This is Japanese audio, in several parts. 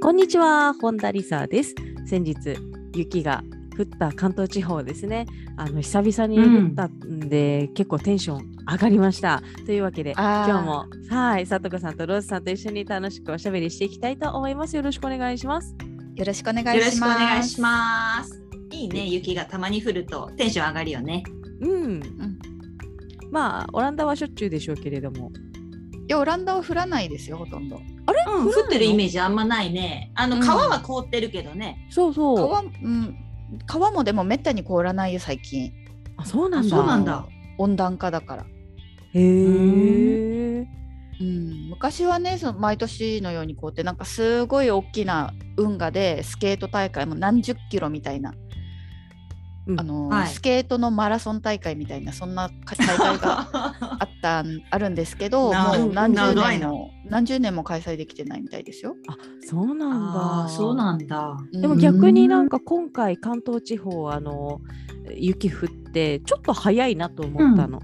こんにちは本田理沙です先日雪が降った関東地方ですねあの久々に降ったんで、結構テンション上がりましたというわけであ今ー日もはいさとこさんとローズさんと一緒に楽しくおしゃべりしていきたいと思いますよろしくお願いしますよろしくお願よいろししくおます。願いしますいいね雪がたまに降るとテンション上がるよねうん、まあオランダはしょっちゅうでしょうけれどもいやオランダは降らないですよほとんど。うんそうなの降ってるイメージあんまないねあのうん川は凍ってるけどね、そうそう川うん川もでもめったに凍らないよ最近あそうなあんだそうなんだ温暖化だから。へえうん、昔はねその毎年のようにこうってなんかすごい大きな運河でスケート大会も何十キロみたいな、うんあのはいスケートのマラソン大会みたいなそんな大会があったんあるんですけどなもう何十長い年なも何十年も開催できてないみたいですよ。あそうなんあだあそうなんだでも逆になんかか今回関東地方あの雪降ってちょっと早いなと思ったの、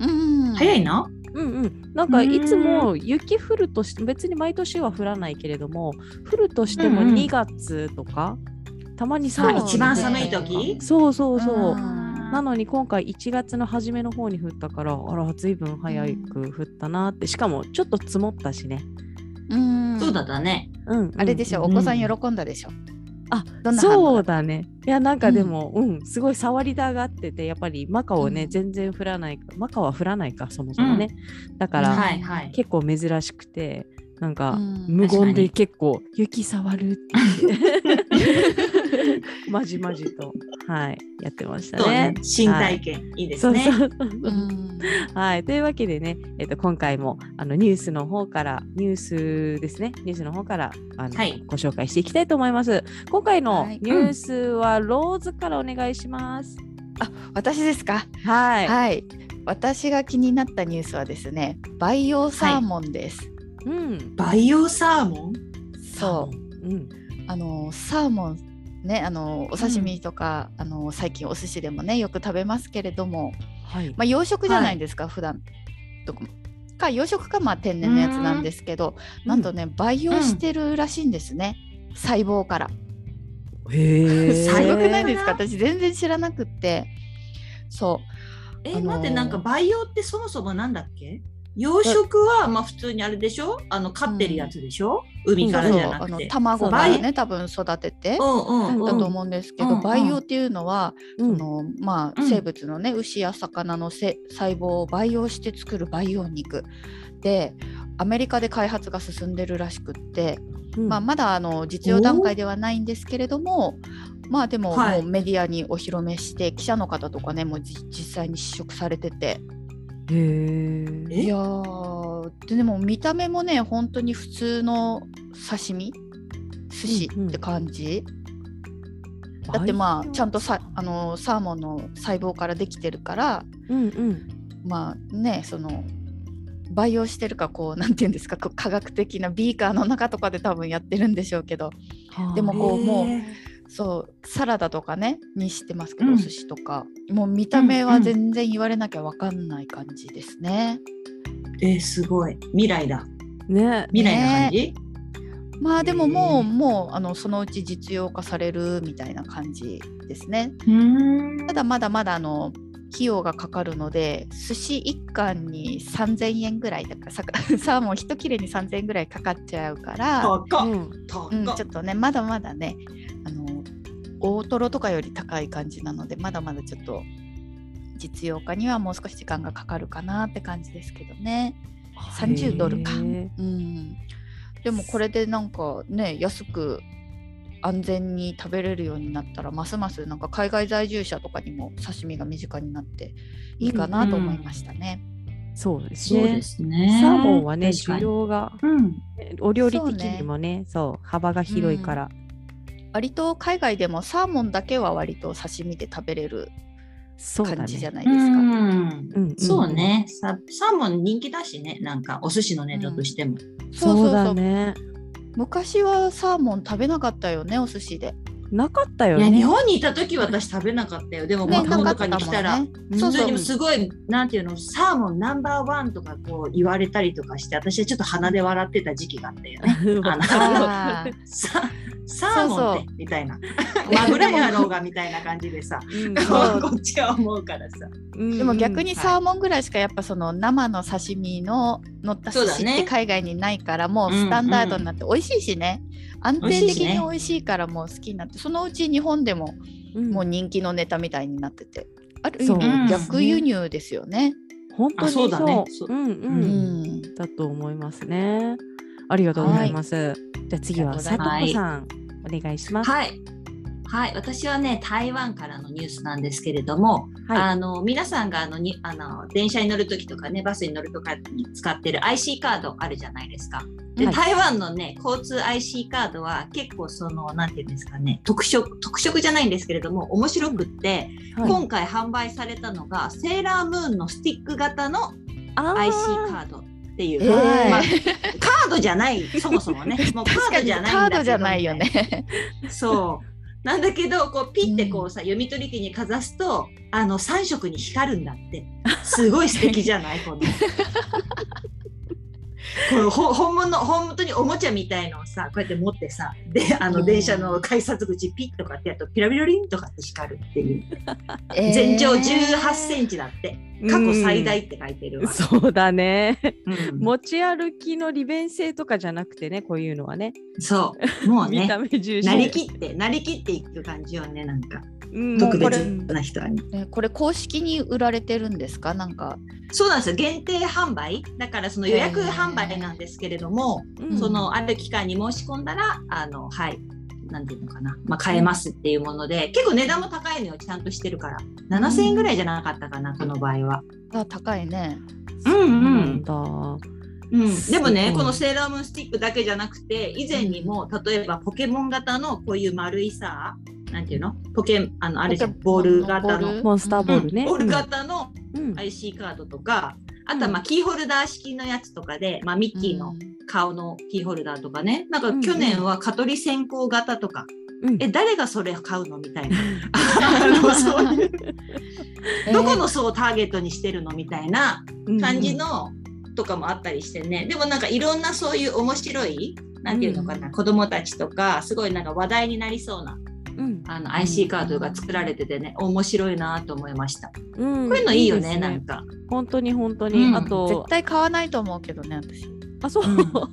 うん早いなうんうん、なんかいつも雪降るとして別に毎年は降らないけれども降るとしてもうんうん2月とか、たまにそう3ね月一番寒い時そうそうそう、んなのに今回1月の初めの方に降ったからあらずいぶん早く降ったなってしかもちょっと積もったしね、うんそうだったねうんうんあれでしょ、うんお子さん喜んだでしょ。あどんな反応そうだねいやなんかでも、うんすごい触りたがっててやっぱりマカオね、うん全然降らないマカオは降らないかそもそもね、だから、うんはいはい結構珍しくてなんか、うん無言確かでに結構雪触るって言って まじまじとはいやってましたそうねね。新体験、い、いですねそうそうううんんはい、というわけでね、えっと、今回もあのニュースの方からニュースですねニュースの方からあの、はいご紹介していきたいと思います今回のはいニュースはローズからお願いします、私ですか。はい、はい。私が気になったニュースはですね、培養サーモンです。うん、培養サーモンそううん、う、あのサーモンね、あのお刺身とか、あの最近お寿司でもね、よく食べますけれども、はい、まあ養殖じゃないですか、普段とかか養殖かまあ天然のやつなんですけど、なんとね培養してるらしいんですね、細胞から。へえす最ご悪くだないよですか私全然知らなくってそうあえのー待ってなんか培養ってそもそもなんだっけ養殖はまあ普通にあれでしょあの飼ってるやつでしょ、海からじゃなあくのて。卵からね多分育ててうだんうんうんと思うんですけうんどうん培養っていうのはうそんのまあうん生物のね牛や魚のせ細胞を培養して作る培養肉でアメリカで開発が進んでるらしくってうんまあまだあの実用段階ではないんですけれどもまあでもはもいうメディアにお披露目して記者の方とかねもうじ実際に試食されててへーいえやーででも見た目もね本当に普通の刺身寿司うんうんって感じ、だってまあちゃんとさあのサーモンの細胞からできてるからうんうんまあねその培養してるかこうなんていうんですかこう科学的なビーカーの中とかで多分やってるんでしょうけどでもこうもうへーそうサラダとかねにしてますけど、うんお寿司とかもう見た目は全然言われなきゃ分かんない感じですね。えーすごい未来だね未来な感じ、まあでもへもえうもうあのそのうち実用化されるみたいな感じですね。うーんただまだまだあの費用がかかるので寿司一貫に3000円ぐらいだから さサーモン一切れに3000円ぐらいかかっちゃうから、高うっん高っ、うん、ちょっとねまだまだねあの大トロとかより高い感じなのでまだまだちょっと実用化にはもう少し時間がかかるかなって感じですけどね。30ドルかへーうん、でもこれでなんかね安く安全に食べれるようになったらますますなんか海外在住者とかにも刺身が身近になっていいかなと思いましたね。そうですそうねですね。サーモンはね確か需に要がうん。お料理そう的ねにもねそう幅が広いから、割と海外でもサーモンだけは割と刺身で食べれるそうだ感じじゃねないですか。うん。うんんそうねサ。サーモン人気だしね。なんかお寿司のネタとしても。そうそうそそううだね昔はサーモン食べなかったよねお寿司で。なかったよいや、日ね本にいた時私食べなかったよ。でも、ねまなあかっ日た本とかに来たら。うんそう普そ通うにもすごい、なんていうの、サーモンナンバーワンとかこう言われたりとかして、私はちょっと鼻で笑ってた時期があったよね。あのあーさサーモンってみたいな。マグロやろうがみたいな感じでさ。うんそうこっちは思うからさ。うんでも逆にうんサーモンぐらいしかやっぱその生の刺身の乗った寿そ司うっだてね海外にないからもうスタンダードになって美味しいしね安定美味しい的しにね美味しいからもう好きになってそのうち日本でもうんもう人気のネタみたいになっててある意そう味逆輸入ですよね。本当にあそうだねそうそううんううんうんだと思いますね。ありがとうございます。じゃあ次はありが佐とうございます藤子さん、お願いします。はい。はい、私はね台湾からのニュースなんですけれども、はい。あの皆さんがあのにあの電車に乗るときとかねバスに乗るとかに使ってる IC カードあるじゃないですか。で、はい台湾のね交通 IC カードは結構そのなんていうんですかね特色特色じゃないんですけれども面白くって、はい今回販売されたのがセーラームーンのスティック型のあ IC ーカードっていう。えーまあカードじゃないそもそ もねもうカ確かードにじゃないカんだけどードじゃないよね。そうなんだけどこうピッてこうさ、読み取り機にかざすとあの3色に光るんだってすごい素敵じ ゃないこの。これほ本物本当におもちゃみたいのをさこうやって持ってさであうんの電車の改札口ピッとかってやるとピラピラリンとかって光るっていう全全長18センチだって過去最大っ。て書いてるうんわ、 そうだね。うん持ち歩きの利便性とかじゃなくてね、こういうのはね、そうもう見ねた目重視。なりきってなりきっていく感じよねなんかうん特別もうこれな人はねねこれ公式に売られてるんですかなんか。そうなんですよ限定販売だからその予約販売なんですけれども、うんそのある期間に申し込んだらあのはいなんていうのかな、まあ、買えますっていうもので、結構値段も高いのよちゃんとしてるから7000円ぐらいじゃなかったかなこの場合は、あ高いね。うんそうんうなんだ。うん、でもすねごいこのセーラームーンスティックだけじゃなくて以前にも例えばポケモン型のこういう丸いさなんていうのポケあのあれじゃんボール型のモンスターボールねボール型のうん。 IC カードとか、あとはまあキーホルダー式のやつとかで、まあ、ミッキーの顔のキーホルダーとかね、なんうんか去年は蚊取り線香型とか、うんえ、誰がそれ買うのみたいな。あのそう いうどこの層をターゲットにしてるのみたいな感じのとかもあったりしてね、でもなんかいろんなそういう面白い、なんていうのかな、子供たちとか、すごいなんか話題になりそうなうん。あの IC カードが作られててね、面白いなと思いました。こうんういうのいいよね、ですなんか。本当に本当うに。んあ絶と、対買わないと思うけどね私。あ、そう。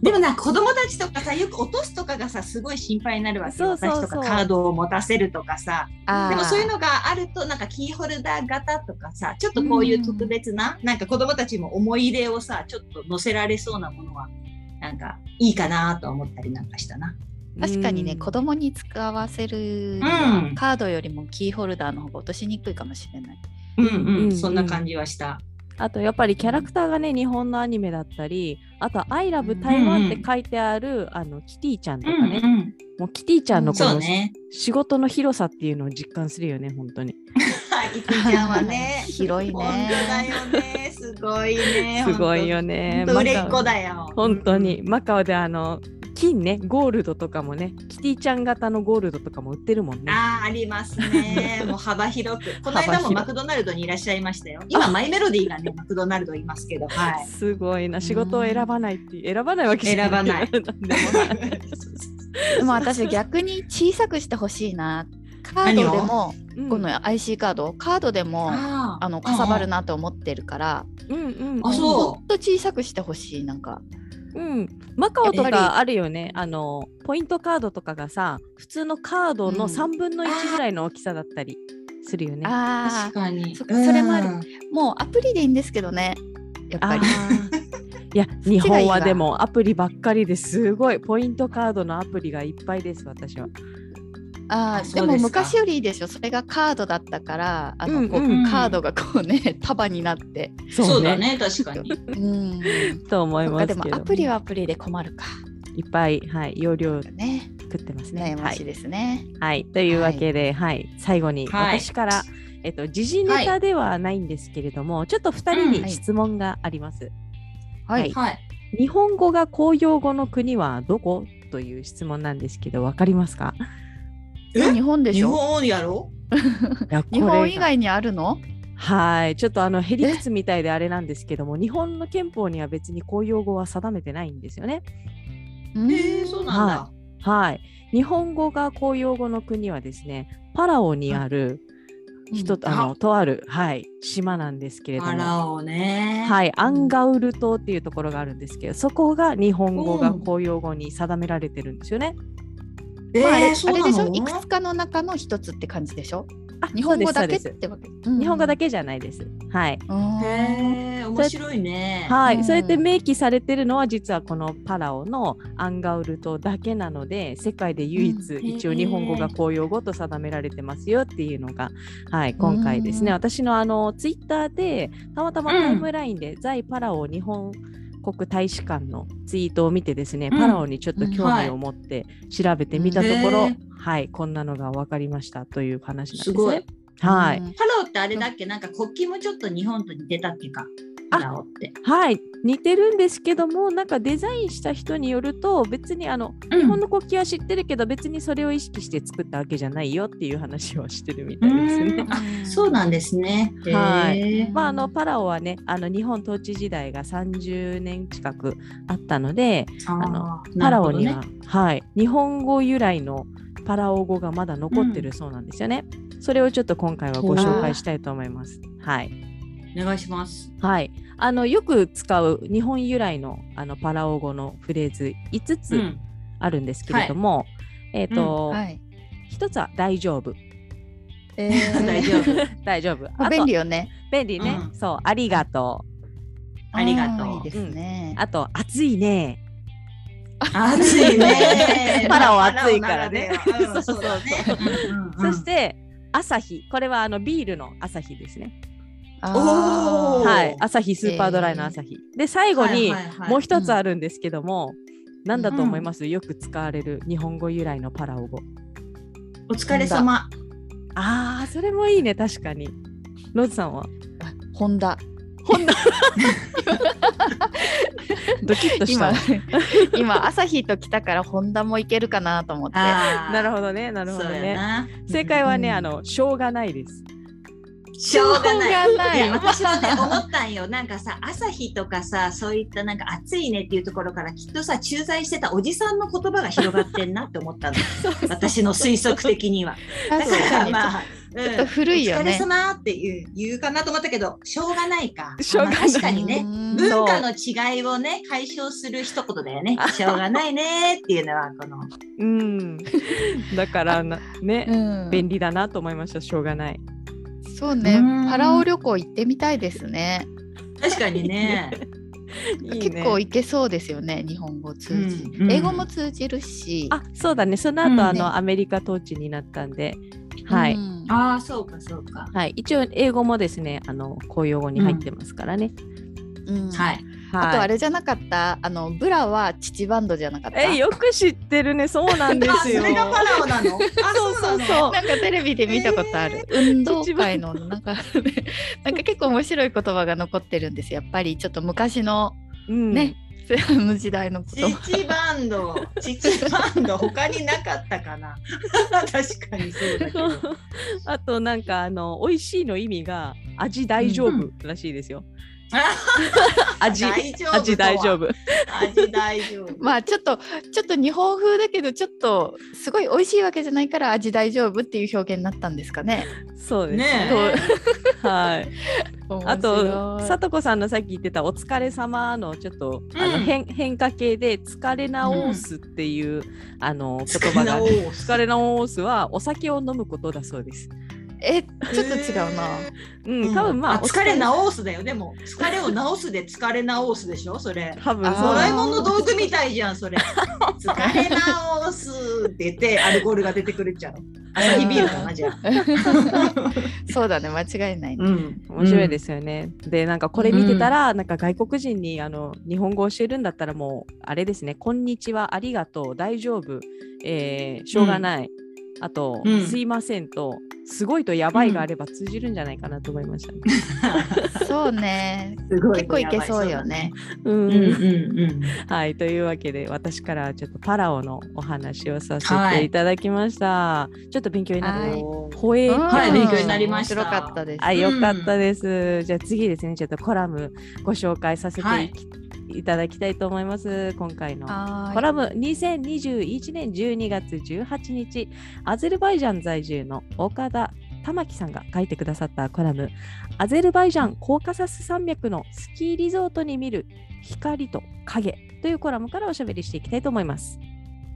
でもなんか子供たちとかさよく落とすとかがさすごい心配になるわけそうよそうそう私とかカードを持たせるとかさあーでもそういうのがあるとなんかキーホルダー型とかさちょっとこういう特別な、なんか子供たちも思い入れをさちょっと乗せられそうなものはなんかいいかなと思ったりなんかしたな。確かにね、うん子供に使わせるには、うんカードよりもキーホルダーの方が落としにくいかもしれない。 うんううんん、そんな感じはした。あとやっぱりキャラクターがね日本のアニメだったりあと「I love 台湾」って書いてある、あのキティちゃんとかね、ん、もうキティちゃんのこそうの、ね。仕事の広さっていうのを実感するよね本当にはい、いくちゃんはね。 広い本当だね。よね。すごいね。すごいよね本当。売れマっカオ子だよ。本当にマカオであの金ねゴールドとかもねキティちゃん型のゴールドとかも売ってるもんねあーありま すね。もう幅広く。この幅間広もいマクドナルドにいらっしゃいましたよ。今、マイメロディーがね、マクドナルドいますけど、はい。すごいな仕事を選ばないっていう選ばないわけじゃない 選ばないでも私逆に小さくしてほしいな。カードでもこうんの IC カード、カードでもあ ーあのかさばるなと思ってるから、うんうんあそうもっと小さくしてほしいなんか。うん、マカオとやっぱかあるよねあのポイントカードとかがさ普通のカードうのん3分の1ぐらいの大きさだったりするよね。あ確かに。そそれもあるうん。あ、もうアプリでいいんですけどね。やっぱり。ーい や日本はでもアプリばっかりですごいポイントカードのアプリがいっぱいです私は。あーそでうですかも昔よりいいでしょそれがカードだったからあのこう、うんうんカードがこうね 束になって、そそううねだね確かに。うん、と思いそっまかすでけもどアプリはアプリで困るかいっぱい、はい、容量ね食ってますね。悩まはしいい、ですね、はい、というわけで、はい最後にはい私から、えっと、時事ネタではないんですけれども、ちょっと2人うんはにい質問があります。はいはいはい。日本語が公用語の国はどこという質問なんですけど、わかりますかえ日本で日しょ本やろ？いやこれ日が本以外にあるのはい、ちょっとあのへりくつみたいであれなんですけども、日本の憲法には別に公用語は定めてないんですよね。うんえー、そうなんだ。はい、日本語が公用語の国はですね、パラオにある人、うんあのとあるはい島なんですけれどパも。ラオね。い。はい、アンガウル島っていうところがあるんですけど、そこが日本語が公用語に定められてるんですよね。えまあ、あれー、あそうれでしなょの？いくつかの中の一つって感じでしょあ日本語だけっそうですてわけ、日本語だけ、けじゃないです。はい、うんへえ、面白いね。はい、うんそうやって明記されてるのは実はこのパラオのアンガウル島だけなので世界で唯一、うん一へ応ー日本語が公用語と定められてますよっていうのが、はい、今回ですね、うん私のあのツイッターでたまたまうんタイムラインで、在パラオ日本国大使館のツイートを見てですね、うんパラオにちょっと興うんは味いを持って調べてみたところ、へーはい、こんなのが分かりましたという話なんですすね。ごい。はい、うんパラオってあれだっけ？なんか国旗もちょっと日本と似てたっていうか。あパラオって。はい似てるんですけどもなんかデザインした人によると別にあの日日本の国旗は知ってるけど別にそれを意識して作ったわけじゃないよっていう話をしてるみたいですね。あそうなんですね。はいへー まあ、あのパラオはねあの日本統治時代が30年近くあったのでのあーパなるラほオどにねは、はい、日本語由来のパラオ語がまだ残ってるそうなんですよね。それをちょっと今回はご紹介したいと思います。はいお願いします。はい、あのよく使う日本由来のあのパラオ語のフレーズ5つ、うんあるんですけれども、えっ、と、はい一つは大丈夫、え 大丈夫。大丈夫。あ夫と便利よね便利ね、うそう、ありがとう。ありがとうあーいいですね、あと、暑いね。。暑いねパラオ暑いからねパラオならではうんそうだね。そして、朝日、これはあのビールの朝日ですね。おーはい、朝日スーパードライの朝日。で、最後に、もう一一つあるんですけども、なんだと思います、よく使われる日本語由来のパラオ語。お疲れ様。ああ、それもいいね、確かに。ローズさんはあホンダドキッとした今。 今朝日と来たからホンダもいけるかなと思ってあ ーなるほどね、なるほどそうやね。な。正解はね、うんあの、しょうがないです。しょうがない。しょうがないいや私もね思ったんよ。なんかさ朝日とかさそういったなんか暑いねっていうところからきっとさ駐在してたおじさんの言葉が広がってんなって思ったの。私の推測的には。だからまあまあ、うんちょっと古いよねお疲れ様って言う言うかなと思ったけどしょうがないか。しょうがないまあ確かにね。うん文化の違いをね解消する一言だよね。しょうがないねっていうのはこの。うん、だからなね、うん便利だなと思いましたしょうがないそうねうんパラオ旅行行ってみたいですね確かにね。結構行けそうですよね日本語通じ、うんうん英語も通じるしあそうだねその後、うんあのアメリカ統治になったんで、はい、うんああそうかそうか。はい、一応英語もですねあの公用語に入ってますからね、うんはい。はいあとあれじゃなかったあのブラは父バンドじゃなかったえよく知ってるねそうなんですよあそれがパラオなの。あそうなそのうそうなんかテレビで見たことある、運動会のなんか、ね、なんか結構面白い言葉が残ってるんですやっぱりちょっと昔のうんね、あの時代の言葉父バンド、父バンド、他になかったかな。 確かにそうだけど。 あとなんかあの美味しいの意味が味大丈夫らしいですよ、味大丈夫とは味大丈夫味大丈夫。 まあちょっとちょっと日本風だけどちょっとすごい美味しいわけじゃないから味大丈夫っていう表現になったんですかね。そうです、ねえはい あと、ささとこさんのさっき言ってた「お疲れ様のちょっと、あのうん変変化形で「疲れ直す」っていう、あの言葉がある。疲疲れれ直すはお酒を飲むことだそうです。えちょっと違うな。うん、多分まあ、疲れ直すだよでも疲れを直すで疲れ直すでしょそれ多分あードそうラだえよもんの道具みたいじゃんそ れ疲れ直すって言ってアルコールが出てくるっちゃうアサヒビールかなじゃあ、そうだね間違いないね。ん、面白いですよね。でなんかこれ見てたら、なんか外国人にあの日本語を教えるんだったらもうあれですね「こんにちは」「ありがとう」「大丈夫」えーしょうがない」あと、うんすいませんと、すごいとやばいがあれば通じるんじゃないかなと思いましたね。そうね。すご結構いけそうよね。うんうんうんうん はい、というわけで私からちょっとパラオのお話をさせはていいただきました。ちょっと勉強になるはいよ。ほえ、うんはい勉強になりました面白かったです。あ、いよかったです。じゃあ次ですね、ちょっとコラムご紹介させてい,、はいただきたいと思います。今回のはーいコラム2021年12月18日、アゼルバイジャン在住の岡田玉木さんが書いてくださったコラム、アゼルバイジャンコーカサス山脈のスキーリゾートに見る光と影というコラムからおしゃべりしていきたいと思います。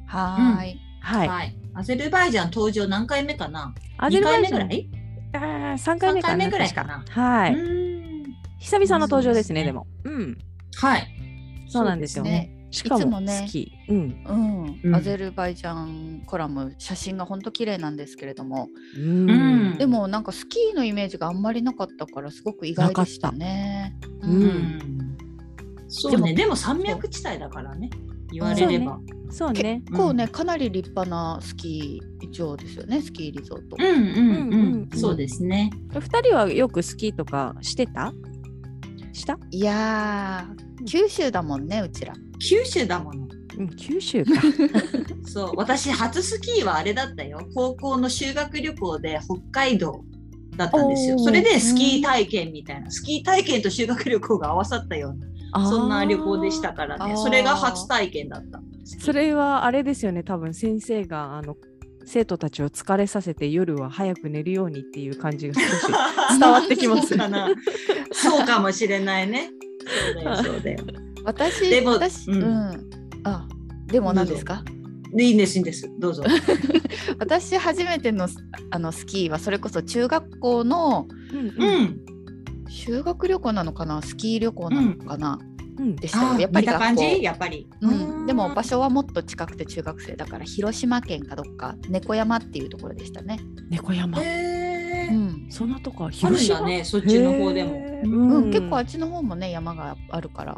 はーい。はい。はいアゼルバイジャン登場何回目かなア2回目ぐンらいあー三回目かな。三回目ぐらいかな確はうい。ーん久々の登場ですね、そうですねでも。うん。はいそうなんですよね。しかいつももね好き。うん。うん、うんアゼルバイジャンコラム写真が本当綺麗なんですけれども、うんうんでもなんかスキーのイメージがあんまりなかったからすごく意外でしたね。たう、うんんそうねでも山脈地帯だからね言われればそうね。結構ね、かなり立派なスキー場ですよねスキーリゾート。うんうんううんん、うんそうですね。二人はよくスキーとかしてたした、いやー九州だもんねうちら。九州だもの。うん、九州か。そう、私初スキーはあれだったよ。高校の修学旅行で北海道だったんですよ。おーそれでスキー体験みたいな、スキー体験と修学旅行が合わさったような、そんな旅行でしたあからあーね。それが初体験だった。ー。それはあれですよね、多分先生があの生徒たちを疲れさせて夜は早く寝るようにっていう感じが少し伝わってきますそうかな。そうかもしれないね。そうだよ、そうだよ。私でも私う、うんんあでも何ですかでいいんです、いいんです。どうぞ。私初めてのあのスキーはそれこそ中学校のうん ううんん。修学旅行なのかなスキー旅行なのかな、うんでしたあよーやっぱり見た感学校じやっぱり。うん、でも場所はもっと近くて中学生だから広島県かどっか猫山っていうところでしたね。猫山、へうーんそんなとこはある広ん島だね、そっちの方でも。へーうんうんうん結構あっちの方もね山があるからあ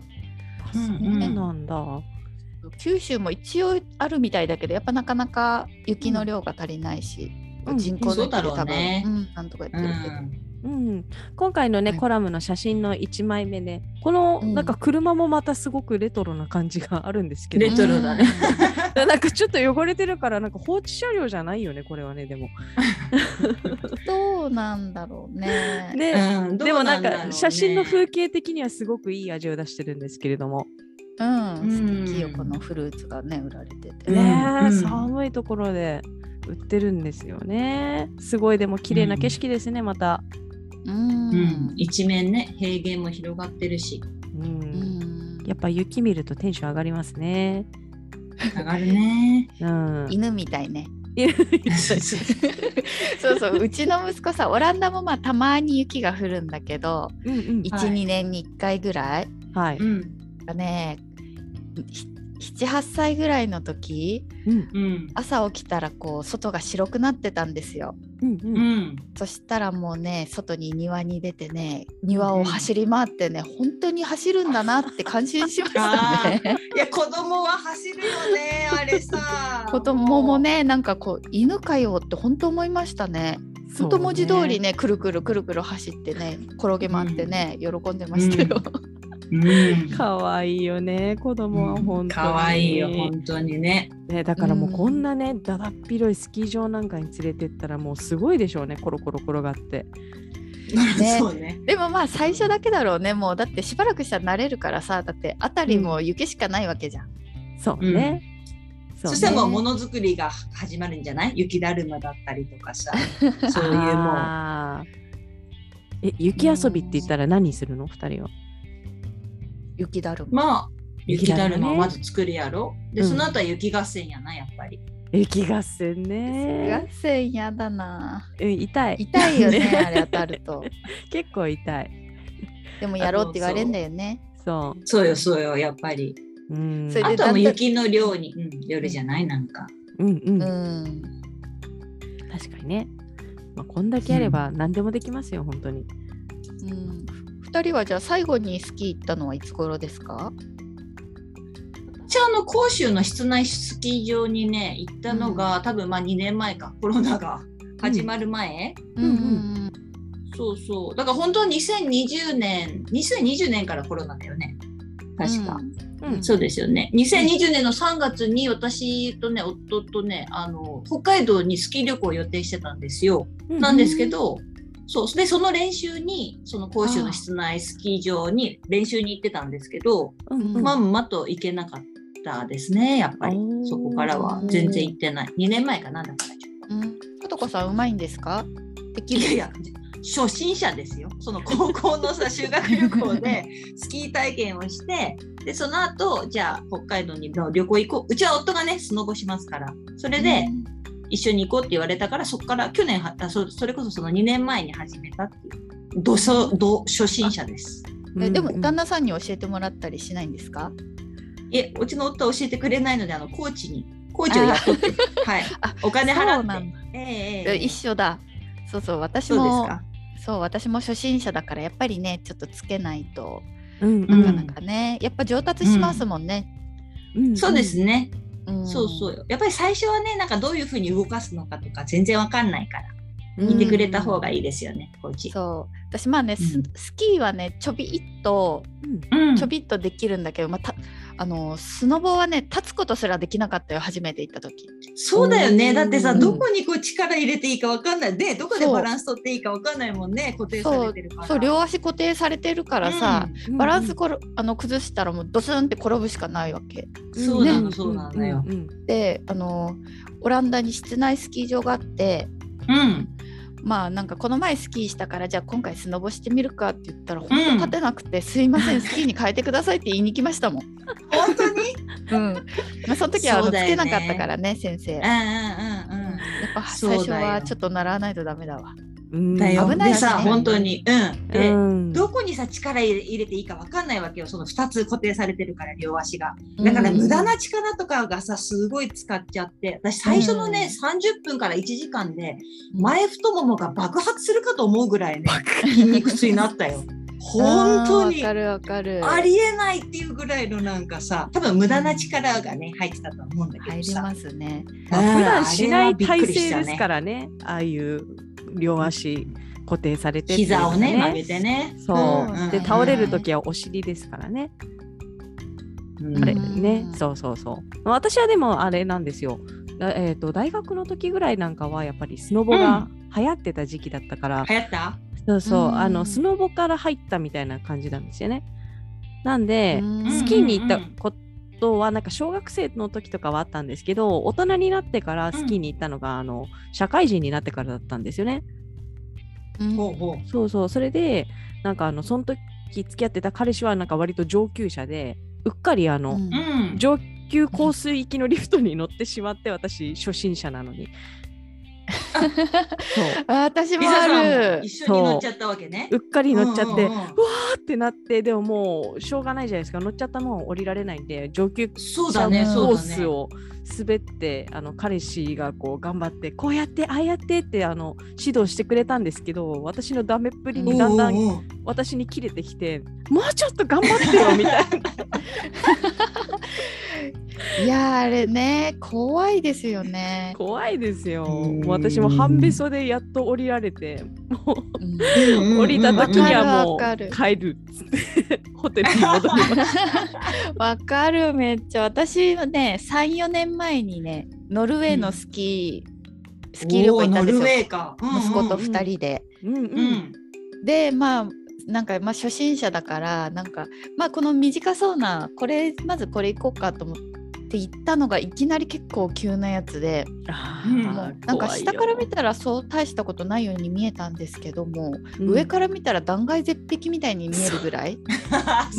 うんそうなんだ。九州も一応あるみたいだけどやっぱなかなか雪の量が足りないし、うん人口の比でそうだろ多分、うねうんなんとか言ってるけど、うん、今回のね、はいコラムの写真の1枚目ねこのうんなんか車もまたすごくレトロな感じがあるんですけど、レトロだねなんかちょっと汚れてるからなんか放置車両じゃないよねこれはねでも。うん。どうなんだろうね。ね、うんでもなんどうだろうかね写真の風景的にはすごくいい味を出してるんですけれども、うん、うんスキー横のフルーツがね売られてて、うんねえうん寒いところで売ってるんですよねすごいでも綺麗な景色ですねまた、うんうん、一面ね平原も広がってるしうんうんやっぱ雪見るとテンション上がりますね、上がる ねうん、犬みたいねそうそうそうそううちの息子さオランダもまあたまに雪が降るんだけどうんうん12、はい2年に1回ぐらいはい、うんがね78歳ぐらいの時うんうん朝起きたらこう外が白くなってたんですようんううんんそしたらもうね外に庭に出てね庭を走り回ってね本当に走るんだなって感心しましたねいや子供は走るよねあ れさ子供もねなんかこう犬かよって本当思いましたね本当文字通りねくるくるくるくる走ってね転げ回ってね、喜んでましたよ、うん可愛いよね子供は本当に可愛いよ本当にねねだからもううんこんなねだだっ広いスキー場なんかに連れてったらもうすごいでしょうねコロコロ転がってねそうね でもまあ最初だけだろうねもうだってしばらくしたら慣れるからさだって辺りも雪しかないわけじゃん、そうね、そそうしたねらもうものづくりが始まるんじゃない雪だるまだったりとかさそういうもうあーえ雪遊びって言ったら何するの二人は雪だるままあ雪雪だだるるままねをまず作るやろでうんその後は雪合戦やなやっぱりえ雪合戦ね合。戦やだな。うん痛い。痛いよ ねねあれ当たると。 結構痛い。でもやろうって言われんだよね。そそうよそうよやっぱりう。うん。それあでとはもう雪の量に、うん、よるじゃないなんかうんう。うんん。確かにね。まあこんだけあれば何でもできますよ本当に。うん。二人はじゃあ最後にスキー行ったのはいつ頃ですか？私あの甲州の室内スキー場にね行ったのが、多分まあ2年前かコロナが始まる前、うんうんうん。そうそうだから本当は2020年2020年からコロナだよね確か、うん。そうですよね2020年の3月に私とね夫とねあの北海道にスキー旅行を予定してたんですよ、うんなんですけどそうでその練習にその甲州の室内スキー場に練習に行ってたんですけどうんうんまんまと行けなかったですねやっぱりおーそこからは全然行ってない2年前かなだからうん。ととこさんうまいんですか？できる。いやいや初心者ですよその高校のさ修学旅行で スキー体験をしてでその後じゃあ北海道に旅行行こううちは夫がねスノボしますからそれでうん一緒に行こうって言われたからそこから去年はあそそれこそその2年前に始めたっていうどそど初心者ですえでもうんうん旦那さんに教えてもらったりしないんですか？いえうちの夫は教えてくれないのであのコーチにコーチを雇って はいあお金そう払なってんだええええ一緒だ。そうそう私そうですもかそう私も初心者だからやっぱりねちょっとつけないとうんうなんかなかね、やっぱ上達しますもんね。うんそうですね、んそうそうよやっぱり最初はねなんかどういうふうに動かすのかとか全然わかんないからうん見てくれた方がいいですよね、コーチ。そう私まあね、スうんスキーはねちょびっとうんうんちょびっとできるんだけど、まあたあのスノボはね立つことすらできなかったよ初めて行った時そうだようね。んだってさ、どこにこう力入れていいかわかんない。で、どこでバランス取っていいかわかんないもんね。固定されてるから。そう両足固定されてるからさ、うんバランスころあの崩したらもうドスンって転ぶしかないわけうんそうなの、ねそうなのよ。うんうんであのオランダに室内スキー場があってうん。まあなんかこの前スキーしたからじゃあ今回スノボしてみるかって言ったら本当うん勝てなくて、すいま せんスキーに変えてくださいって言いに来ましたもん。本当に。うん、 まあその時はあのつそうだけよねなかったからね先生。 うやっんうんうんぱそうだ最よ初はちょっと習わないとダメだわ。うんうん。だよ。危ないよねでさ、本当に。うん。で、うんどこにさ力入れていいかわかんないわけよ。その二つ固定されてるから両足が。だからうん無駄な力とかがさすごい使っちゃって、私最初のね30分から1時間で前太ももが爆発するかと思うぐらいね筋肉痛になったよ。本当にあーわかるわかる。ありえないっていうぐらいのなんかさ多分無駄な力がね入ってたと思うんだけ入どりさますね。まあうん普段しないあれはび体っくりし勢たですからねああいう両足固定されてっていうのは膝をね曲げてねそう、うんで倒れる時はお尻ですからね、うんあれうんねそうそうそう私はでもあれなんですよ、だえー、と大学の時ぐらいなんかはやっぱりスノボが流行ってた時期だったから、流行ったそうそう、うんあのスノボから入ったみたいな感じなんですよねなんで、うんスキーに行ったことはなんか小学生の時とかはあったんですけど大人になってからスキーに行ったのが、あの社会人になってからだったんですよねうんほうほうそうそうそれでなんかあのその時付き合ってた彼氏はなんか割と上級者でうっかりあの、うんうん上級コース行きのリフトに乗ってしまって私初心者なの にそうあ私もリサあさんもる一。緒に乗っちゃったわけねうっかり乗っちゃって、うんうんうんうわーってなってでももうしょうがないじゃないですか乗っちゃったもん降りられないんで上級そう者だのねコそうーだスねを滑って、あの彼氏がこう頑張ってこうやってああやってってあの指導してくれたんですけど私のダメっぷりにだんだうんんうん私に切れてきてもうちょっと頑張ってよみたい ないやーあれね怖いですよね。怖いですようん私も半べそでやっと降りられてもううんうんうん降りた時にはもうわかるわ帰る っつってホテルに戻り ましわかるめっちゃ私はね34年前にねノルウェーのスキー、スキー旅行行ったんですおーノルウよェーか息子とうんうん2人で。た。うんうんうんでまあなんかまあ初心者だからなんかまあこの短そうなこれまずこれ行こうかと思ってって行ったのがいきなり結構急なやつであうんーもうなんか怖いよ下から見たらそう大したことないように見えたんですけども、うん上から見たら断崖絶壁みたいに見えるぐらい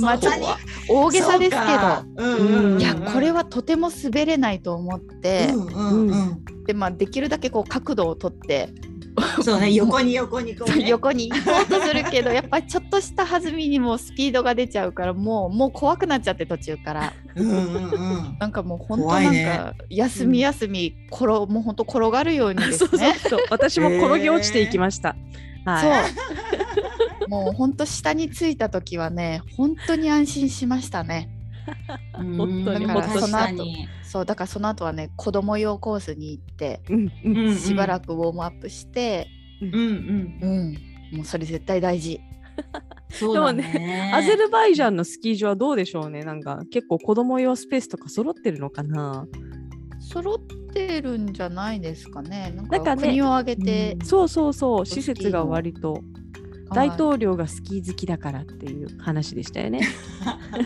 まあ ちそんょっなとに大げさですけそうかど。うんうんうんうんいやこれはとても滑れないと思ってう、んうんうんでまあ、できるだけこう角度をとってそうね横に横にこう、ね、横に行こうとする けどやっぱりちょっとした弾みにもうスピードが出ちゃうからもうもう怖くなっちゃって途中からうんうんうんなんかもう本当怖ないんねか休み休み転、もう本当転がるようにで すそねうそうそう私も転げ落ちていきました。はい、そうもう本当下に着いた時はね本当に安心しましたね本当にうんほっとし確たかにそうだからその後はね子供用コースに行ってうんうんうんしばらくウォームアップして、うんうんうんもうそれ絶対大事そうだねアゼルバイジャンのスキー場はどうでしょうねなんか結構子供用スペースとか揃ってるのかな揃ってるんじゃないですかねなんなんかかね国を挙げて、うんそうそうそうスキ施ー設が割と大統領がスキー好きだからっていう話でしたよ ね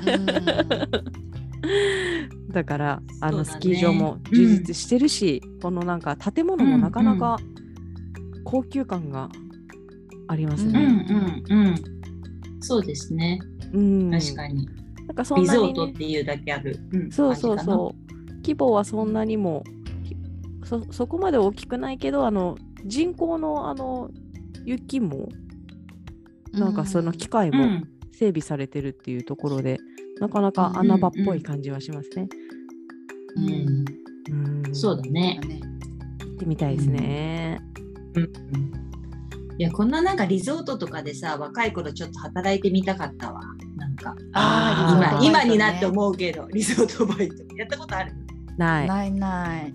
うんだからあのそうだスねキー場も充実してるし、このなんか建物もなかなか高級感があります うね、んうんうんそうですねうん確かになんかそんリなゾにートっね、ていうだけあるうんそうそう感じかなそう規模はそんなにもきそそこまで大きくないけどあの人口のあの雪もなんかその機械うもん整備されてるっていうところで、なかなか穴場っぽい感じはしますね。うんうんうんそうだね行ってみたいですね。いやこんななんかリゾートとかでさ若い頃ちょっと働いてみたかったわなんかあーリゾー今ト今になっても思うけどリゾートバイトやったことあるない。ないない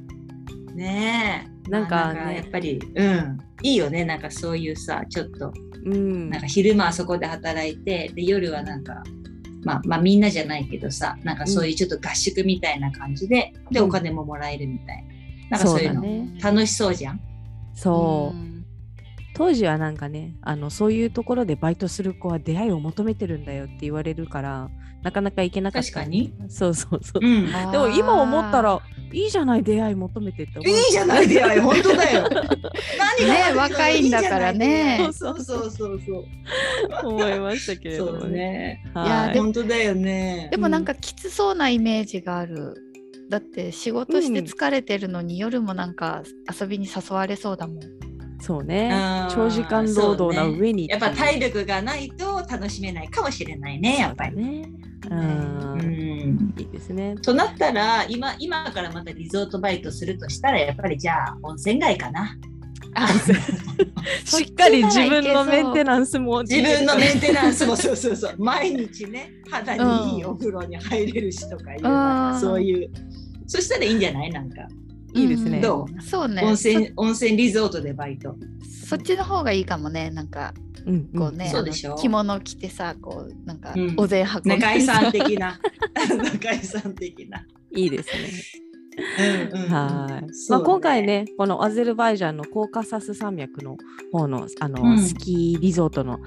ねえなんかねまあやっぱりうんいいよねなんかそういうさちょっとうんなんか昼間はそこで働いてで夜はなんかまあまあみんなじゃないけどさなんかそういうちょっと合宿みたいな感じで、でうんお金ももらえるみたいななんかそういうだのね楽しそうじゃんそうう。ん当時はなんかね、あのそういうところでバイトする子は出会いを求めてるんだよって言われるから、なかなか行けなかった。確か。に、そうそうそう。うん、いでも今思ったらいいじゃない出会い求めてって思う。いじゃない出会い本当だよ何がね若いんだからねいいじゃない出会いそうそうそうそう思いましたけれどもそうね。ねはいいやでも本当だよねでもなんかきつそうなイメージがあるだって仕事して疲れてるのに夜もなんか遊びに誘われそうだもんそうねあ。ー長時間労働な上にやっぱ体力がないと楽しめないかもしれないねやっぱり。ね。う。うんんいいです ね。となったら今今からまたリゾートバイトするとしたらやっぱりじゃあ温泉街かな。しっかり自分のメンテナンスも 自分のメンテナンスもそうそ うそう毎日ね肌にいいお風呂に入れるしとかいう、うんそういうそしたらいいんじゃないなんかいいですねどうそうね温泉温泉リゾートでバイト。そそっちの方がいいかもねなんかうんうんこうね、そうでしょあの着物着てさこうなんかうんお膳運んで中井さん的な 中井さん的な。いいですね。うんうんうんはい。そまうあ今回ねこのアゼルバイジャンのコーカサス山脈の方のあの、うんスキーリゾートの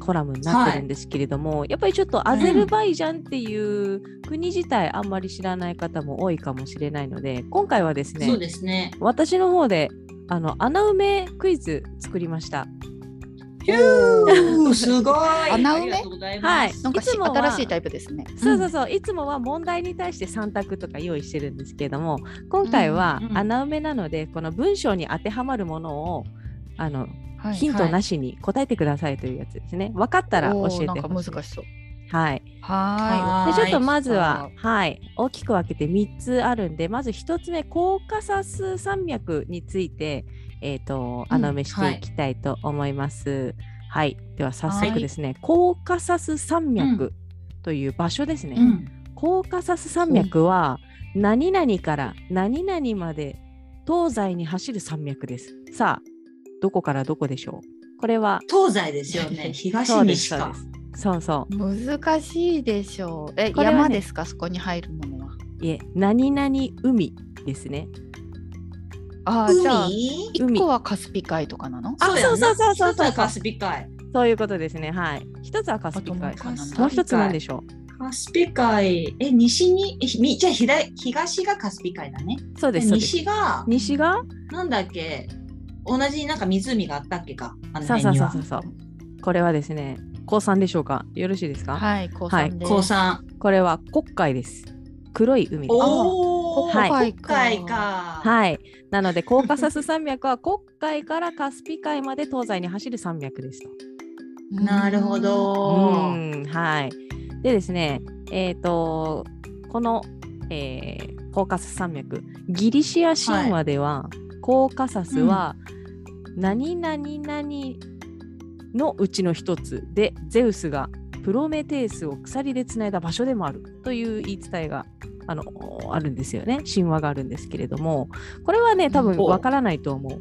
コラムになってるんですけれども、やっぱりちょっとアゼルバイジャンっていう国自体あんまり知らない方も多いかもしれないので今回はですねそうですね。私の方であの穴埋めクイズ作りました。ひゅーすごい。穴埋めありがとうございます。はいなんかしいつもは新しいタイプですね。そうそうそう、いつもは問題に対して3択とか用意してるんですけれども今回はうんうん穴埋めなので、この文章に当てはまるものをあのはいヒントなしに答えてくださいというやつですね。分かったら教おえーてなんかほ難しい。しそう。はい、はではちーょいっとまずは、はい、大きく分けて3つあるんでまず1つ目コーカサス山脈について、えー、とうん穴埋めしていきたいと思います。はい、では早は速いですね、コーカサス山脈という場所ですね。うんコーカサス山脈は何々から何々まで東西に走る山脈です。さあ、どこからどこでしょうこれは東西ですよね。そ東うで西す。そうかで。すそうそい。難しいでしょう。え、これはね山ですかそこに入るものは。う。いえ、何々海ですね。あーじゃあ海一個はカスピ海とかなの？あやんなそうそうそうそうそう一つはカスピ海。そういうことですね。はい。一つはカスあピとも海う一。個はカ何スピだ海もう一つなんでしょうカスピ海、え、西に、えみじゃあひら東がカスピ海だね。そうでですそうです西が、西がなんだっけ、同じなんか湖があったっけか、あのそうそう辺にそうはそ。うそうこれはですね高三でしょうかよろしいですか、はい、高はい三です。高山。これは黒海です黒い海ですおお、はい黒海か。はいなのでコーカサス山脈は黒海からカスピ海まで東西に走る山脈ですとうんなるほ。ど。うんはい。でですね、えっ、と、この、えーコーカサス山脈、ギリシア神話では、コーカサスは、何々何のうちの一つで、ゼウスがプロメテウスを鎖でつないだ場所でもあるという言い伝えが。あのあるんですよね神話があるんですけれどもこれはね多分おわからないと思う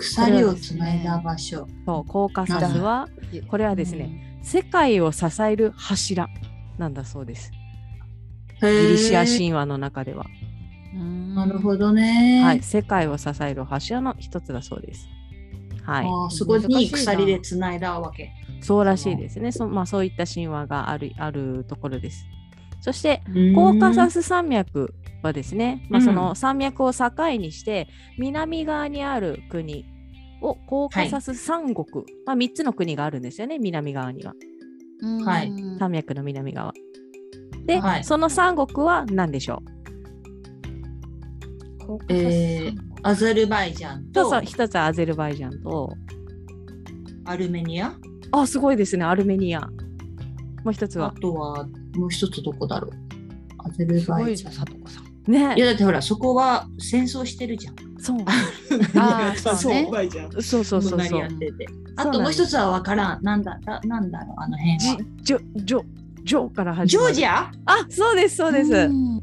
鎖をつないだ場所。そうコーカサスはこれはですね、ね。世界を支える柱なんだそうです。ギギリシア神話の中では、なるど。ほどね。はい、世界を支える柱の一つだそうです。はい、あーそこ難しにいな鎖でつないだわけ。そうらしいですね。そまあそういった神話があるあるところです。そしてコ高ーカサスス山脈はですね、まあうんその山脈を境にして南側にある国をコーカサス三国、まあ三つの国があるんですよね。南側にははいう山脈の南側。で、はいその三国は何でしょう。高価えーアゼルバイジャンそうとそう、一つはアゼルバイジャンと、アルメニア。あ、すごいですね、アルメニア。もう一つあは。とはもう一つどこだろう。アゼルすごバイいジじゃャん、さ。ンとこさん。ねいやだってほらそこは戦争してるじゃん。そう。 あーそうねバイジャン。そうそうそう隣そやう っ。てて。なあんですともう一つはわからん。なんだななんだろうあの辺じは。ジョ、ジョ、ジョから始ジまョる。ージア？あ、そうです、そうです。ん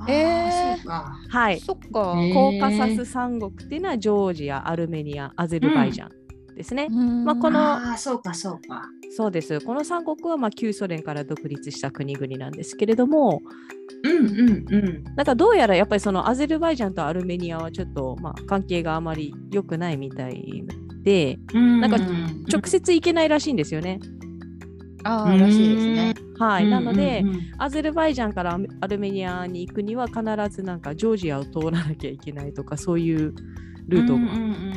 あーえーそうか。はい。そっか。ねへーコーカサス三国っていうのはジョージア、アルメニア、アゼルバイジャンですね。ままあこのああーそうかそうか。そうです。この三国はまあ旧ソ連から独立した国々なんですけれども、うんうんうん。なんかどうやらやっぱりそのアゼルバイジャンとアルメニアはちょっとまあ関係があまり良くないみたいで、なんか直直接行けないらしいんですよね。ああ、らしいですね。はい、なので、うんうんうんアゼルバイジャンからアメアルメニアに行くには必ずなんかジョージアを通らなきゃいけないとかそういうルートを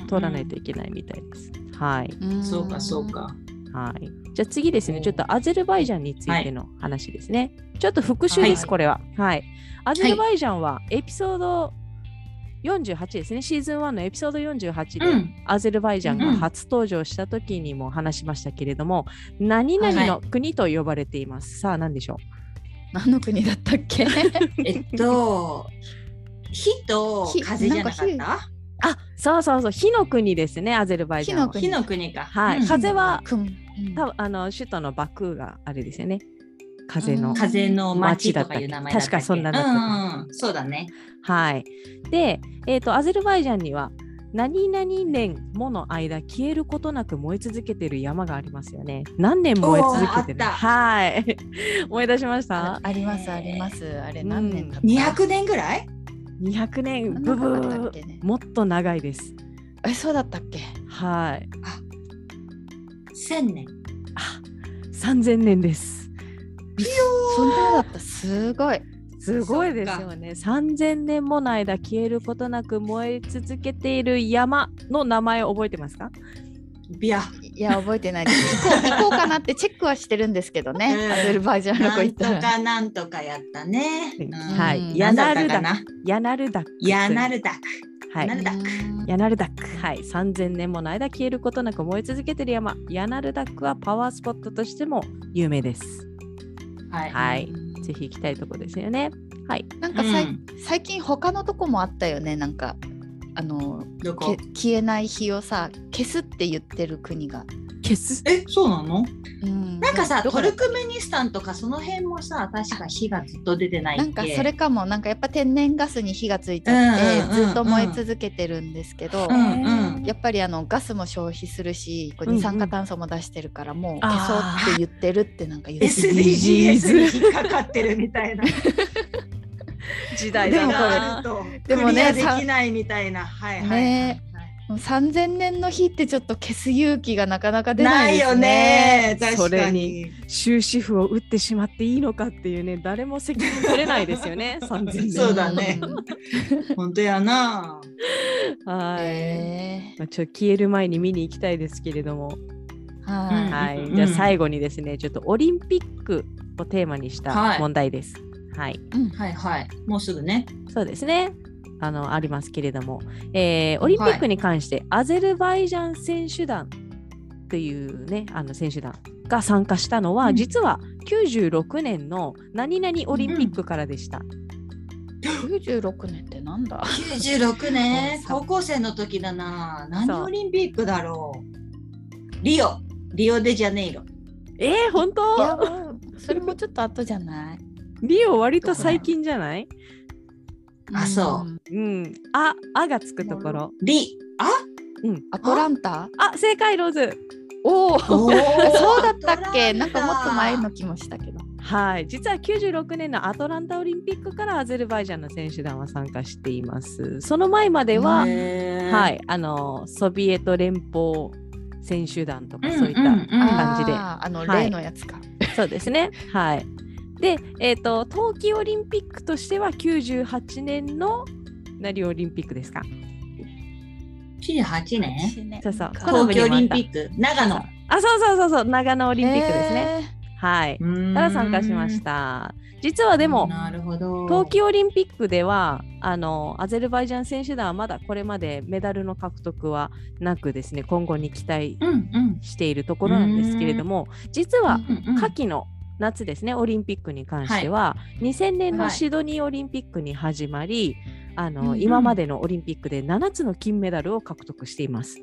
通らないといけないみたいです。はい、んそうかそう。か。はい、じゃあ次ですねおーちょっとアゼルバイジャンについての話ですね。ちょっと復習です、はいこれは。はい、アゼルバイジャンはエピソード48ですねシーズン1のエピソード48で、うんアゼルバイジャンうがん初登場した時にも話しましたけれども、何々の国と呼ばれています。さあ何でしょう何の国だったっけえっと火と火風じゃなかっなんた？あそうそうそう、火の国ですね、アゼルバイジャンは。火火の国か。はいうん 風はくん。多分あの首都のバクーがあれですよね、風の。うん風の町とかいう名前だったっ確けかそんなうだったんうん、そうだね。はい。で、えっ、と、アゼルバイジャンには、何々年もの間消えることなく燃え続けてる山がありますよね。何年燃え続けてるおーあったはい。 思い出しましあたありますあります。あれ何年だった二百年ぐらい？ ?200 年、ブ何ブ年だったっー。けね。もっと長いです。え、そうだったっけはい。千年。あ3000年です。そんなだった。すごい。すごいですよね。3000年もの間消えることなく燃え続けている山の名前を覚えてますかいや、いや、覚えてないです。行こう行こうかなってチェックはしてるんですけどうね。んアゼルバイジャンのな子行んっとたら。かなんとかやったね。うんはうんい。なヤんだナったルかダック。な。ヤナルダック。やなるだ。はいな。るだっけうんヤナルダック、はい、3000年もの間消えることなく燃え続けてる山ヤナルダックはパワースポットとしても有名ですはい。はいぜひ行きたいとこですよねはいなんかさいうん最近他のとこもあったよね。なんかあのどけこ？消えない火をさ消すって言ってる国が。消すえ、そうなの？うんなんかさ、どトこだルクメニスタンとかその辺もさ、確か火がずっと出てないっなけ。んかそれかもなんかやっぱ天然ガスに火がついちうゃっんうんてうんうんずっと燃え続けてるんですけど、うんうんやっぱりあのガスも消費するしこううんうん二酸化炭素も出してるからもうあー消そうって言ってるってなんか言って SDGs に引っかかってるみたいな時代だなでもでもクリねアできないみたいな。はいはいはいはい。ね3000年の日ってちょっと消す勇気がなかなか出なないいでよすね。ね確そかれにに終止符を打ってしまっていいのかっていうね誰も責任取れないですよ ね3000年そうだね本当やなうん。はい、えまあ、ちょっと消える前に見に行きたいですけれども、ーはい。はういんじゃあ最後にですねちょっとオリンピックをテーマにしはたい問題ですはいはいはいもうすぐねそうですね。あのありますけれども、えーオリンピックに関して、アゼルバイジャン選手団というねあの選手団が参加したのは、うん実は96年の何々オリンピックからでした。 96年ってなんだ96年そう高校生の時だな何そうオリンピックだろうリオリオデジャネイロえー、本いや当それもちょっと後じゃないリオ割と最近じゃないあそううん。うん。あ、あがつくところ。リあうん。アトランタあ、正解ローズ。おおおー そうだったっけアトランタなんかもっと前の気もしたけど。はい。実は96年のアトランタオリンピックからアゼルバイジャンの選手団は参加しています。その前までは、は、はいあのソビエト連邦選手団とかうんそういった、うんうん感じであーあのはい例のやつか。そうですね。はい。で、えっ、と冬季オリンピックとしては98年の何オリンピックですか？ 98年そうそうコこラ東ボに京オもあリっンたピック長野あ、そうそうそうそう長野オリンピックですね。ね。はい。かから参加しました。実はでもなるほど冬季オリンピックではあのアゼルバイジャン選手団はまだこれまでメダルの獲得はなくですね今後に期待うんうんしているところなんですけれども実はうんうん夏季の夏ですねオリンピックに関しては、2000年のシドニーオリンピックに始まり、あうんのうん今までのオリンピックで7つの金メダルを獲得しています。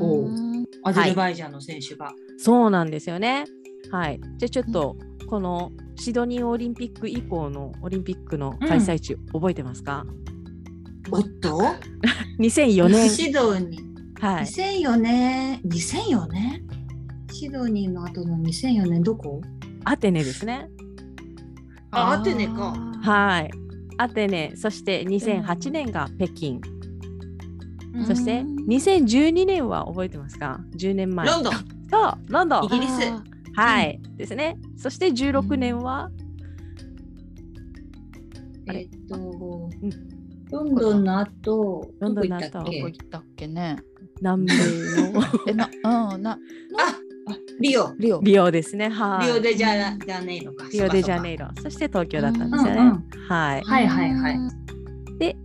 おううんアゼルバイジャンの選手がそうなんですよね。はい、じゃあちょっとこのシドニーオリンピック以降のオリンピックの開催地、覚えてますかおっと2004年、シドニーはい、 2004年2004年シドニーの後の2004年どこアテネですね。あアテネかい。はいアテネそして2008年が北京、そしてうん2012年は覚えてますか10年前ロンドンそうロンドンイギリスあーはい、ですね。そして16年は、あれえっとんロンドンの後ロンドンの後どどここ行ったっけ行ったっけね。南米のえなうんなああリオリオ。 リオですね。はい。リオデジャジャネイロかリオデジャイネイロ。そして東京だったんですよね。うんはいロ。はいはいはいで、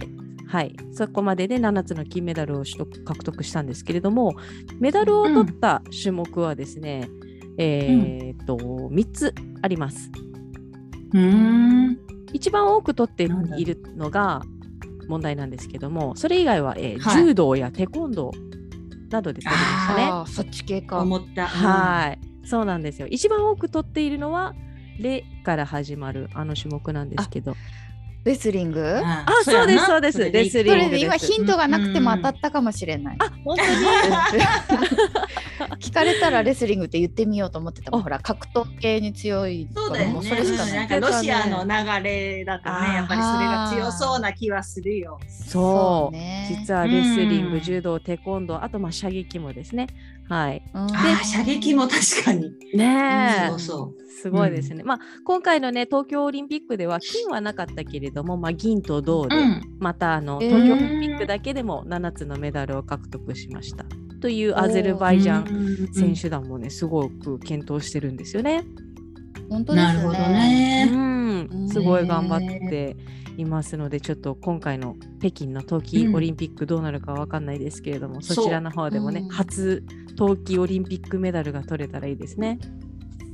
はい、そこまでで7つの金メダルを取得獲得したんですけれども、メダルを取った種目はですね、えーっと、3つあります。うーん一番多く取ってなんだろういるのが問題なんですけども、それ以外は、えーはい柔道やテコンドーなどで取りましたね。あーそっち系か。思ったはい、そうなんですよ。一番多く取っているのは、レから始まるあの種目なんですけど。レスリング。うんあ、そうです、そうです。レスそリれングでで今す。ヒントがなくても当たったかもしれない。あ、本当に。 聞かれたらレスリングって言ってみようと思ってたもん。あほら格闘系に強いかそうら。だよもうね。それしかなないん。かロシアの流れだとあーね、やっぱりそれが強そうな気はするよ。そうね実はレスリンうグ、ん柔道、テコンドー、あとまあ射撃もですね。はい。うんあー射撃も確かに。ねそえう、そすごいですね。まあ今回のね東京オリンピックでは金はなかったけれども、まあ銀と銅う。で、うん。またあのえー東京オリンピックだけでも7つのメダルを獲得しました。というアゼルバイジャンン選手団もね、すごく検討してるんですよね。本当ですね。なるほどうね。ん、すごい頑張っていますので、ちょっと今回の北京の冬季オリンピックどうなるかわかんないですけれども、んそちらの方でもね、そううん初冬季オリンピックメダルが取れたらいいですね。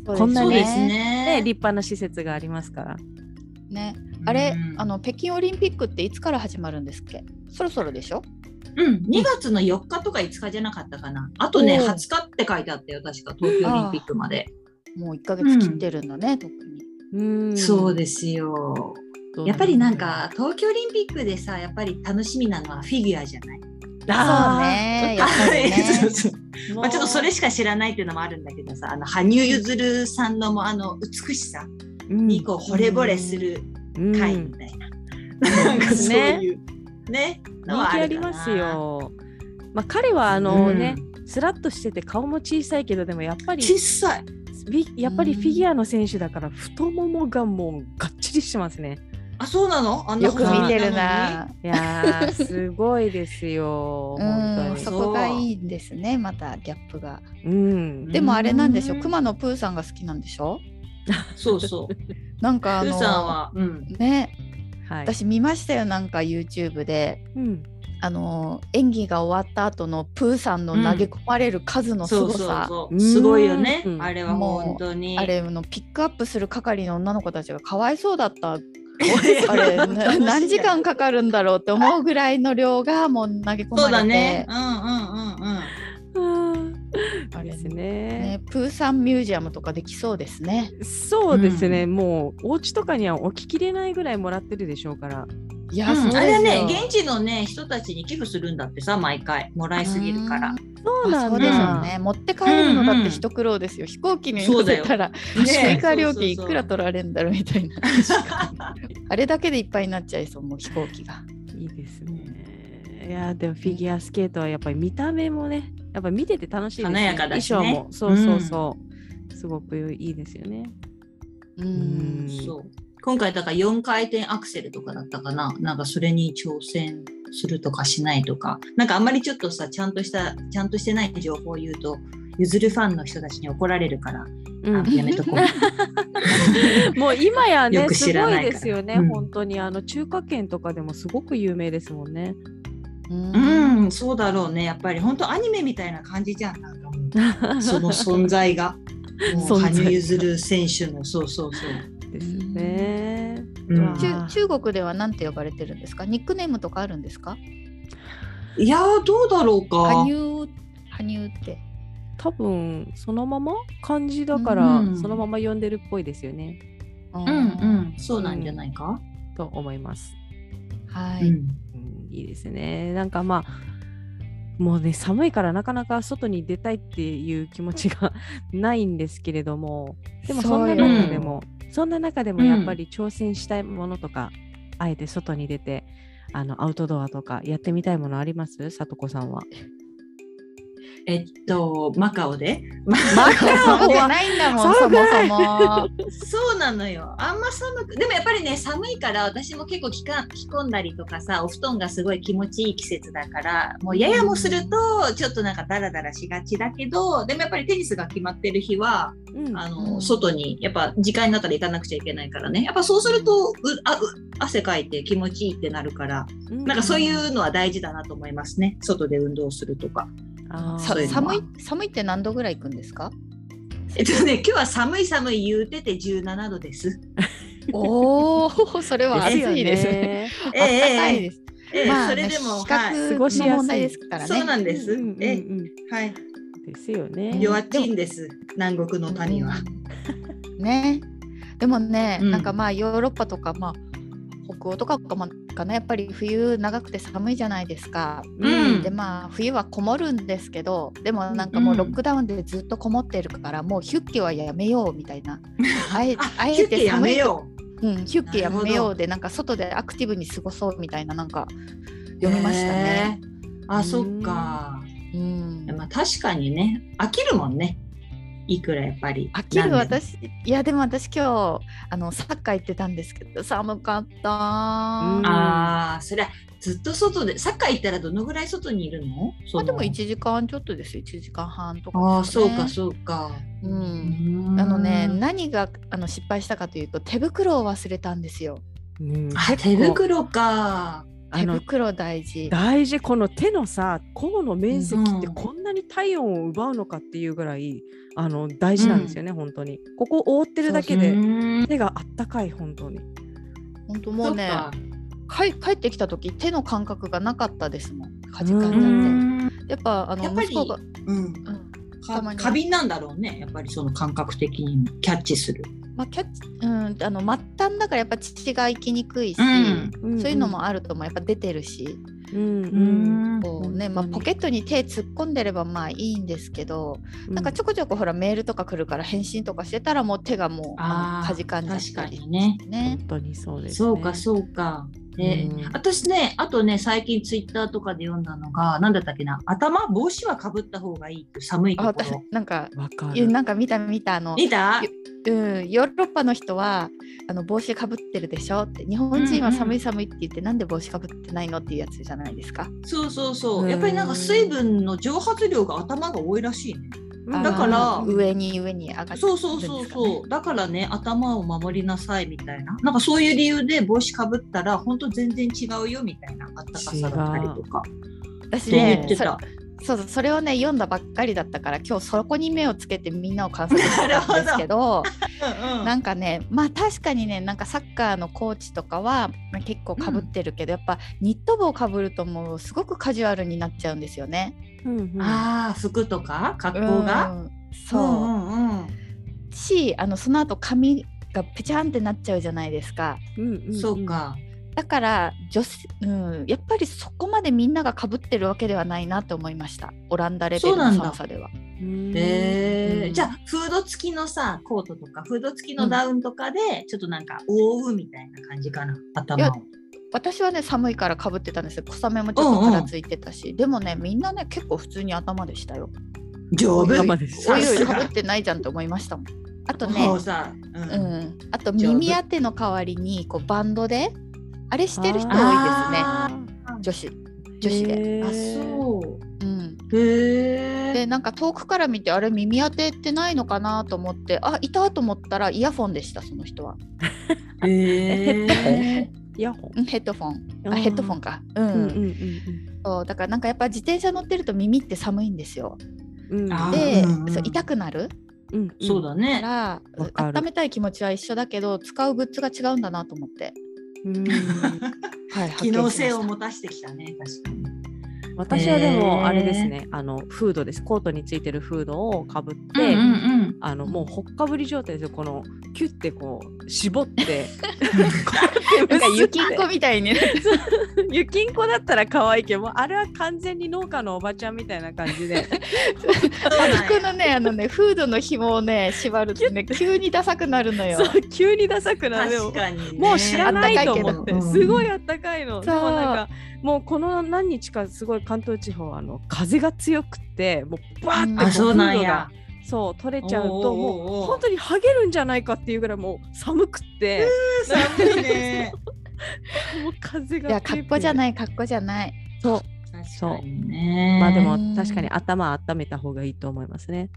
そうですねこんなそうにですで、ね。立派な施設がありますから。ね。あれ、うんあの北京オリンピックっていつから始まるんですっけ？そろそろでしょ？うん、2月の4日とか5日じゃなかったかな。あとね、おう20日って書いてあったよ、確か、東京オリンピックまで。もう一ヶ月切ってるんだね、特に。うんそうですよ。どうなやっるぱりなんか、東京オリンピックでさ、やっぱり楽しみなのはフィギュアじゃない。そうあね。やっぱりねはい。 そうそうーまあ、ちょっとそれしか知らないっていうのもあるんだけどさ、あの羽生結弦さんのもあの美しさにこう惚れ惚れするうん会うんみたいな、んなんかそうねいうねの人は気あるりかなますよ。まあ、彼はあのうんね、スラッとしてて顔も小さいけどでもやっぱり小さいびやっぱりフィギュアの選手だから太ももがもうがっちりしてますね。あそうなのあんなよ細く身見てるのにな。いやー すごいですよう本ん、当そに。こがいいんですね。またギャップが。うんでもあれなんでしょううん熊野プーさんが好きなんでしょそう そうなんかあプのーさんは、うん、ねはい。私見ましたよなんか YouTube でうんあの演技が終わった後のプーさんの投げ込まれる数のすそうごそうさ、そううんすごいよねうんあれは本当にあれのピックアップする係の女の子たちがかわいそうだったあ あれな何時間かかるんだろうって思うぐらいの量がもう投げ込まれてそうだねうんうんうんうんああれれですねね。プーさんミュージアムとかできそうですね。そうですね、もうお家とかには置ききれないぐらいもらってるでしょうから。いや、うんそうあですれよはね現地のね人たちに寄付するんだってさ毎回もらいすぎるからあーそうまあそうですよね。持って帰るのだって一苦労ですよ。飛行機に乗せたら、追加料金いくらそうそうそう取られるんだろうみたいな。 あれだけでいっぱいになっちゃいそう、もう飛行機が。いいですね。いやーでもフィギュアスケートはやっぱり見た目もねやっぱり見てて楽しいです、ね、華やかだしね衣装もそうそうそう、すごくいいですよね。ううんん。そう今回だから4回転アクセルとかだったかななんかそれに挑戦するとかしないとかなんかあんまりちょっとさちゃんとしたちゃんとしてない情報を言うとゆずるファンの人たちに怒られるから、うんあや めとこうもう今やね よくす知らごいないからですよね、うん本当にあの中華圏とかでもすごく有名ですもんね。うんうんそうだろうねやっぱり本当アニメみたいな感じじゃんなんかもうその存 在がもう存在羽生結弦選手のそうそうそう、ですね。うんわあ中中国では何て呼ばれてるんですかニックネームとかあるんですかいやーどうだろうか羽生羽生って。多分そのまま漢字だからうんそのまま呼んでるっぽいですよね、ううんうんそうなんじゃないか、と思います。はうい。んうんいいですね。なんかまあもうね寒いからなかなか外に出たいっていう気持ちが ないんですけれどもでもそんなそうよ中でもそんな中でもやっぱり挑戦したいものとか、あえて外に出てあのアウトドアとかやってみたいものありますさとこさんは。えっとマカオでマ寒くないんだもん、そ寒くもなそい も。そうなのよ。あんま寒く、でもやっぱりね、寒いから、私も結構着か着込んだりとかさ、お布団がすごい気持ちいい季節だから、もうややもすると、ちょっとなんかダラダラしがちだけど、でもやっぱりテニスが決まってる日は、うんあうの、ん外に、やっぱ時間になったら行かなくちゃいけないからね。やっぱそうすると、うあう汗かいて気持ちいいってなるから、なんかそういうのは大事だなと思いますね。外で運動するとか。あーさそういうのは寒い寒いって何度ぐらい行くんです か？えっとね、今日は寒い寒い言うてて17度です。おお、それは暑いですね。ね。 えあったかいえです。ええまあそれでも、ねはい比過ごしやす較いの問題ですからそうなね。んです。うんうんうんえ、はい、ですよね。弱っちいんです。南国の民は。 ね。でもね、うんなんかまあヨーロッパとかまあ北欧とかかもかなやっぱり冬長くて寒いじゃないですか。うんでまあ冬はこもるんですけど、でもなんかもうロックダウンでずっとこもってるから、もうヒュッケはやめようみたい な。あえあえヒュッケてや寒めいようん、ヒュッケやなめるよほうでなんか外でアクティブに過ごそうみたいななんかう。読みましたね。へー。あ、そっか。うん、まあ、確かにね、飽きるもんね。いくらやっぱり。飽きるなんで。私いやでも私今日あのサッカー行ってたんですけど寒かったー、うんあああ、そりゃ、ずっと外で、サッカー行ったら、どのぐらい外にいるの。そまのあでも1時間ちょっとですよ1時間半とか、ああ、そうか、ねそうか。う、うんーんあのね何があの失敗したかというと手袋を忘れたんですようんあ、手袋あか。手の袋大事大事この手のさ甲の面積ってうんこんなに体温を奪うのかっていうぐらい、あの大事なんですよね、本当にここを覆ってるだけうでーん手があったかい本当に本当もうねそっかかい帰ってきた時手の感覚がなかったですもんかじかうーんじうーんゃってやっぱあのやっぱり息子が、うん。うんかたまに過敏なんだろうねやっぱりその感覚的にもキャッチする、まあ、キャッチうんあの末端だからやっぱ父が行きにくいし、うんそういうのもあるともやっぱ出てるし、うんこうねまあ、本当にポケットに手突っ込んでればまあいいんですけど、うんなんかちょこちょこほらメールとか来るから返信とかしてたらもう手がもうあのあーかじかんじゃったり確かにねね本当にそうです、ね、そうかそうかで、うん私ねあとね最近ツイッターとかで読んだのが何だったっけな頭帽子はかぶった方がいいって寒いとあこ私ろなんかわかいやる。なんか見た見たあの、見たうん、ヨーロッパの人はあの帽子かぶってるでしょって日本人は寒い寒いって言って、なんで帽子かぶってないのっていうやつじゃないですか。そうそうそううんやっぱりなんか水分の蒸発量が頭が多いらしいねうんだからあの上に上に上がってそうそうそうそうだからね頭を守りなさいみたいななんかそういう理由で帽子かぶったら本当全然違うよみたいなあったかさだったりとか私そう言っねてそたそうそうそれをね読んだばっかりだったから今日そこに目をつけてみんなを観察してたんです けどうんうんなんかねまあ確かにねなんかサッカーのコーチとかはまあ結構かぶってるけど、やっぱニット帽かぶるともうすごくカジュアルになっちゃうんですよね。うんうんああ服とか格好が、うんそう、んうんうんしあのその後髪がぺちゃんってなっちゃうじゃないですか。うんんんそう。かだから女性、うん、やっぱりそこまでみんながかぶってるわけではないなと思いましたオランダレベルの寒さでは。えへうえんじゃあフード付きのさコートとかフード付きのダウンとかでちょっとなんか覆うみたいな感じかな頭を私はね寒いからかぶってたんですよ小雨もちょっとからついてたし、でもねみんなね結構普通に頭でしたよ。丈夫頭ですおさいおいすかぶがってないじゃんと思いましたもん。あともうね、さ、うんうん、あと丈夫耳当ての代わりにこうバンドであれしてる人多いですねあ女子女子で。ーであそうん、うへでえなんか遠くから見てあれ耳当てってないのかなと思ってあいたと思ったらイヤフォンでしたその人は。へえイヤホン。うんヘッドフォンああーヘッドフォンか。うん、うんうんそうだからなんかやっぱ自転車乗ってると耳って寒いんですよ。うんうん。あーで、うんうんそう痛くなるうんん そうだかねら、わかる温めたい気持ちは一緒だけど使うグッズが違うんだなと思って、うんはい、機能性を発持たしてきたね確かに私はでもあれですね、あのフードですコートについてるフードをかぶって、うんあのもうほっかぶり状態ですよこのキュッてこう絞って見ましたなんか雪んこみたいにゆきんこだったら可愛いけどもうあれは完全に農家のおばちゃんみたいな感じであそこのねあのねフードの紐をね縛ると ね急にダサくなるのよそう急にダサくなる確かにね、もう知らないとあったかいけど思って、うんすごいあったかいの。そうでもなんかもうこの何日かすごい関東地方あの風が強くてもうバーってこあそうなん風呂やがそう取れちゃうとおうおうおうもう本当にハゲるんじゃないかっていうぐらいもう寒くて、寒いねもう風がいや格好じゃい。ない格好じゃないそう確そうかにねまあでもうん確かに頭温めた方がいいと思いますね。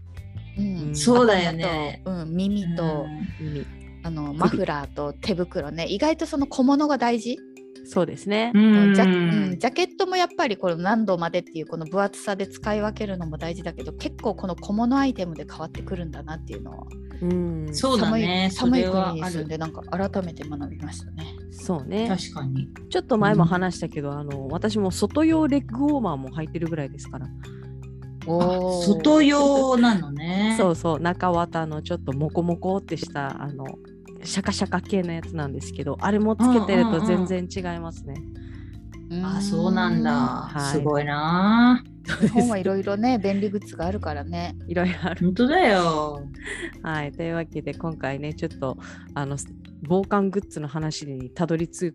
うんそうだよね頭とうん、耳と、耳あのマフラーと手袋ね意外とその小物が大事、そうですね。うんジャうんジャケットもやっぱりこの何度までっていうこの分厚さで使い分けるのも大事だけど結構この小物アイテムで変わってくるんだなっていうのをうん、そそうだね寒いそれ寒いは国にあ住んるでなんか改めて学びましたね。うね。確かにちょっと前も話したけど、あの私も外用レッグウォーマーも履いてるぐらいですから。あ外用なのねそうそう中綿のちょっとモコモコってしたあのシャカシャカ系のやつなんですけどあれもつけてると全然違いますね。あそうなんだ、いすごいな日本 はいろいろね便利グッズがあるからね。いろいろある。本当だよはい、というわけで今回ねちょっとあの防寒グッズの話にたどり着い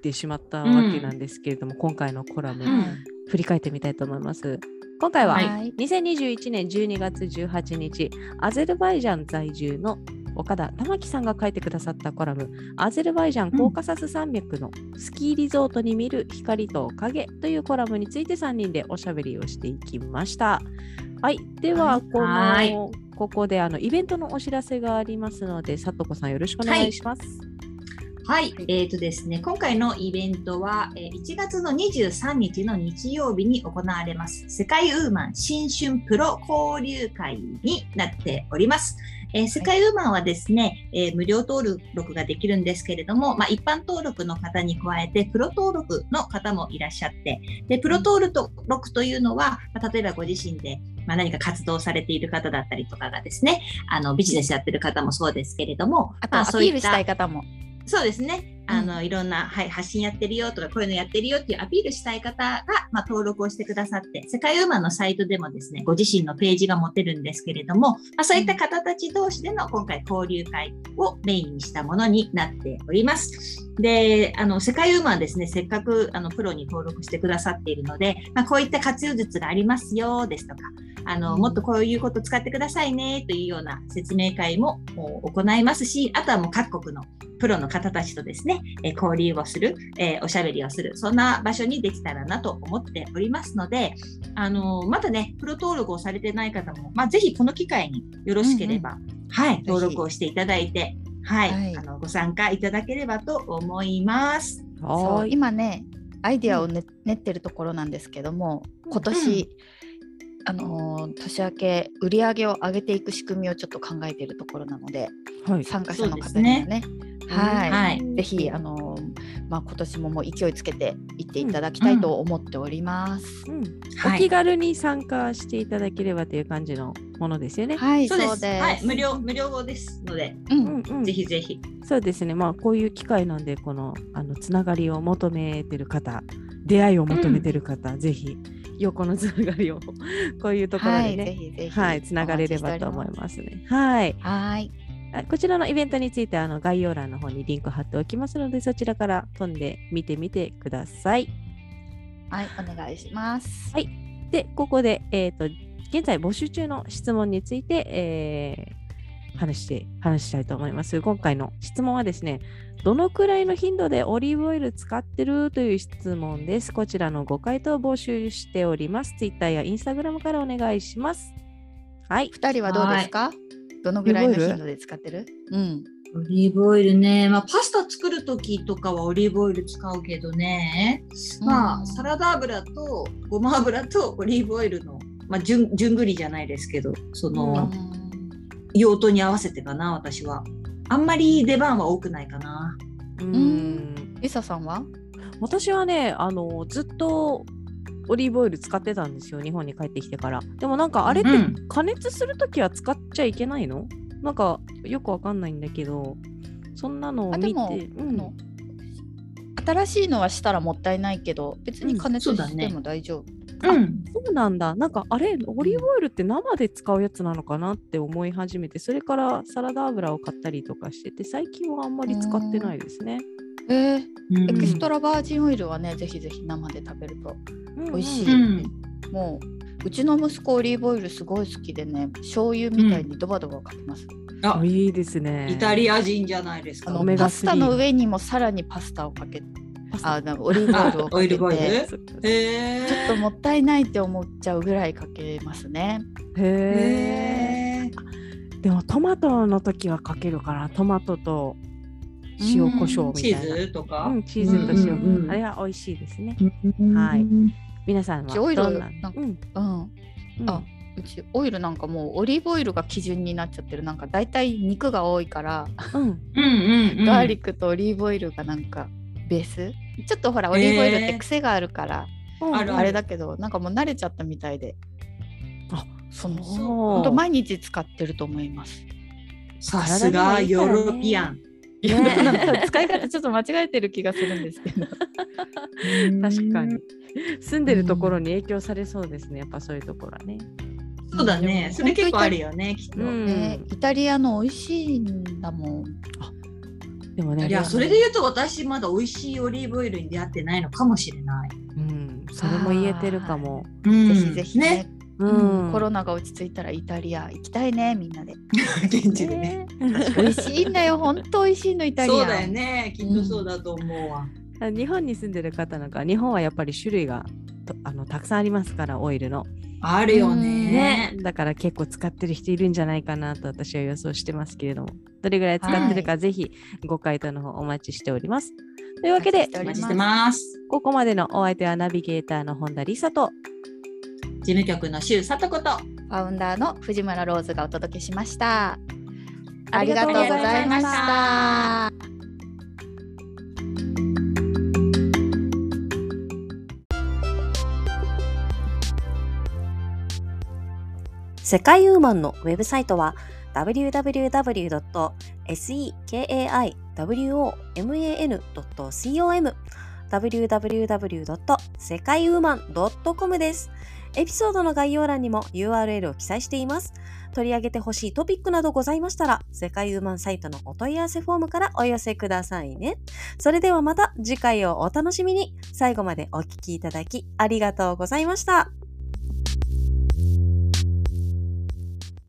てしまったわけなんですけれども、今回のコラムん振り返ってみたいと思います。今回は、はいい。 2021年12月18日アゼルバイジャン在住の岡田玉木さんが書いてくださったコラム「アゼルバイジャンコーカサス山脈のスキーリゾートに見る光と影」というコラムについて3人でおしゃべりをしていきました。はい、ではこの、はいここであのイベントのお知らせがありますので、さとこさんよろしくお願いします。はい、えーとですね、今回のイベントは、えー1月の23日の日曜日に行われます世界ウーマン新春プロ交流会になっております。えー世界ウーマンはですね、えー無料登録ができるんですけれども、まあ、一般登録の方に加えてプロ登録の方もいらっしゃってでプロ登録というのは、まあ例えばご自身でまあ何か活動されている方だったりとかがですね、あのビジネスやってる方もそうですけれども、あとまアあピそういーっルしたい方も。そうですね。あのいろんな、はい、発信やってるよとかこういうのやってるよっていうアピールしたい方が、まあ、登録をしてくださって世界ウーマンのサイトでもですねご自身のページが持てるんですけれども、まあ、そういった方たち同士での今回交流会をメインにしたものになっております。であの世界ウーマンですねせっかくあのプロに登録してくださっているので、まあ、こういった活用術がありますよですとかあの、うんもっとこういうこと使ってくださいねというような説明会ももう行いますし、あとはもう各国のプロの方たちとですね、えー交流をする、えーおしゃべりをする、そんな場所にできたらなと思っておりますので、あのまだね、プロ登録をされてない方も、まあ、ぜひこの機会によろしければ、はい、ひ登録をしていただいて、はい、はいあのご参加いただければと思います。そはうーい。今ねアイディアをね、練ってるところなんですけども今年、あのー年明け売り上げを上げていく仕組みをちょっと考えているところなのではい。参加者の方にはねはい、はいぜひあのーまあ今年ももう勢いつけていっていただきたいと思っております。うんはおい気軽に参加していただければという感じのものですよね。はい、そうですはい、無料、料無料ですので、ううんん、うんぜひぜひ。そうですね、まあ、こういう機会なんで、このあのつながりを求めてる方、出会いを求めてる方、ぜひ横のつながりを こういうところはでい、ぜね、ひぜひ、はい、つながれればと思いす。ますね。はい、はい、あこちらのイベントについてあの概要欄の方にリンク貼っておきますので、そちらから飛んで見てみてください。はい、お願いします。はいで、ここで、えー、と現在募集中の質問について、えー話して話したいと思います。今回の質問はですね、どのくらいの頻度でオリーブオイル使ってるという質問です。こちらのご回答を募集しております。Twitter や Instagram からお願いします。はい。二人はどうですか。どのぐらいの頻度で使ってる。うん、オリーブオイルね、まあ、パスタ作る時とかはオリーブオイル使うけどね、まあサラダ油とごま油とオリーブオイルの、まあ、じゅんじゅんぐりじゃないですけどその用途に合わせてかな私はあんまり出番は多くないかなうーんリサさんは。私はねあの、ずっとオリーブオイル使ってたんですよ、日本に帰ってきてから。でもなんかあれってうん加熱するときは使っちゃいけないのなんかよくわかんないんだけどそんなのをあ、で見ても、うあんの新しいのはしたらもったいないけど、別に加熱しても大丈夫。うんそうなんだなんかあれオリーブオイルって生で使うやつなのかなって思い始めてそれからサラダ油を買ったりとかしてて最近はあんまり使ってないですね。えうんーエクストラバージンオイルはね、ぜひぜひ生で食べると。うんうん美味しいうんもう、うちの息子オリーブオイルすごい好きでね、醤油みたいにドバドバかけます。ああいいですね。イタリア人じゃないですあかオメのガ3パスタの上にもさらにパスタをかけパスタあなオリーブオイルをかけてあオイルオイルちそっかへえょっともったいないって思っちゃうぐらいかけますね。へえ。へーでもトマトの時はかけるからトマトと塩コショウみたいチな。ーズとか、うん、チーズと塩、うんうんうんあれは美味しいですね。ははい皆さんはオイルどんななんかうんうん、うんあうちオイルなんかもうオリーブオイルが基準になっちゃってるなんか大体肉が多いから、うん、うんうんうん、ガーリックとオリーブオイルがなんかベースちょっとほらオリーブオイルっへてー癖があるから、うんあるあれだけどなんかもう慣れちゃったみたいであそのそうほんと毎日使ってると思います。さすがヨーロピアンいねやなん か使い方ちょっと間違えてる気がするんですけど確かに住んでるところに影響されそうですねやっぱそういうところはね。そうだね。それ結構あるよね、きっと。うんねイタリアの美味しいんだもん。でもねいリアや、のそれで言うと私まだ美味しいオリーブオイルに出会ってないのかもしれない。うん、それも言えてるかも。うんぜひぜひね。ううんん、コロナが落ち着いたらイタリア行きたいねみん なで現地でね。美味しいんだよ本当美味しいのイタリアそうだよね。きっとそうだと思うわ。 日本に住んでる方なんかは日本はやっぱり種類がとあのたくさんありますからオイルの、あるよねね。だから結構使ってる人いるんじゃないかなと私は予想してますけれどもどれぐらい使ってるか、ぜひご回答の方お待ちしております。というわけでおお待待ちちししててまます。ここまでのお相手はナビゲーターの本田理沙と事務局の周さとこと。ファウンダーの藤村ローズがお届けしましたあありりががととううごござざいいまましした世界ウーマンのウェブサイトは www.sekaiwoman.com www.sekaiwoman.com です。エピソードの概要欄にも URL を記載しています。取り上げてほしいトピックなどございましたら、世界ウーマンサイトのお問い合わせフォームからお寄せくださいね。それではまた次回をお楽しみに。最後までお聞きいただきありがとうございました。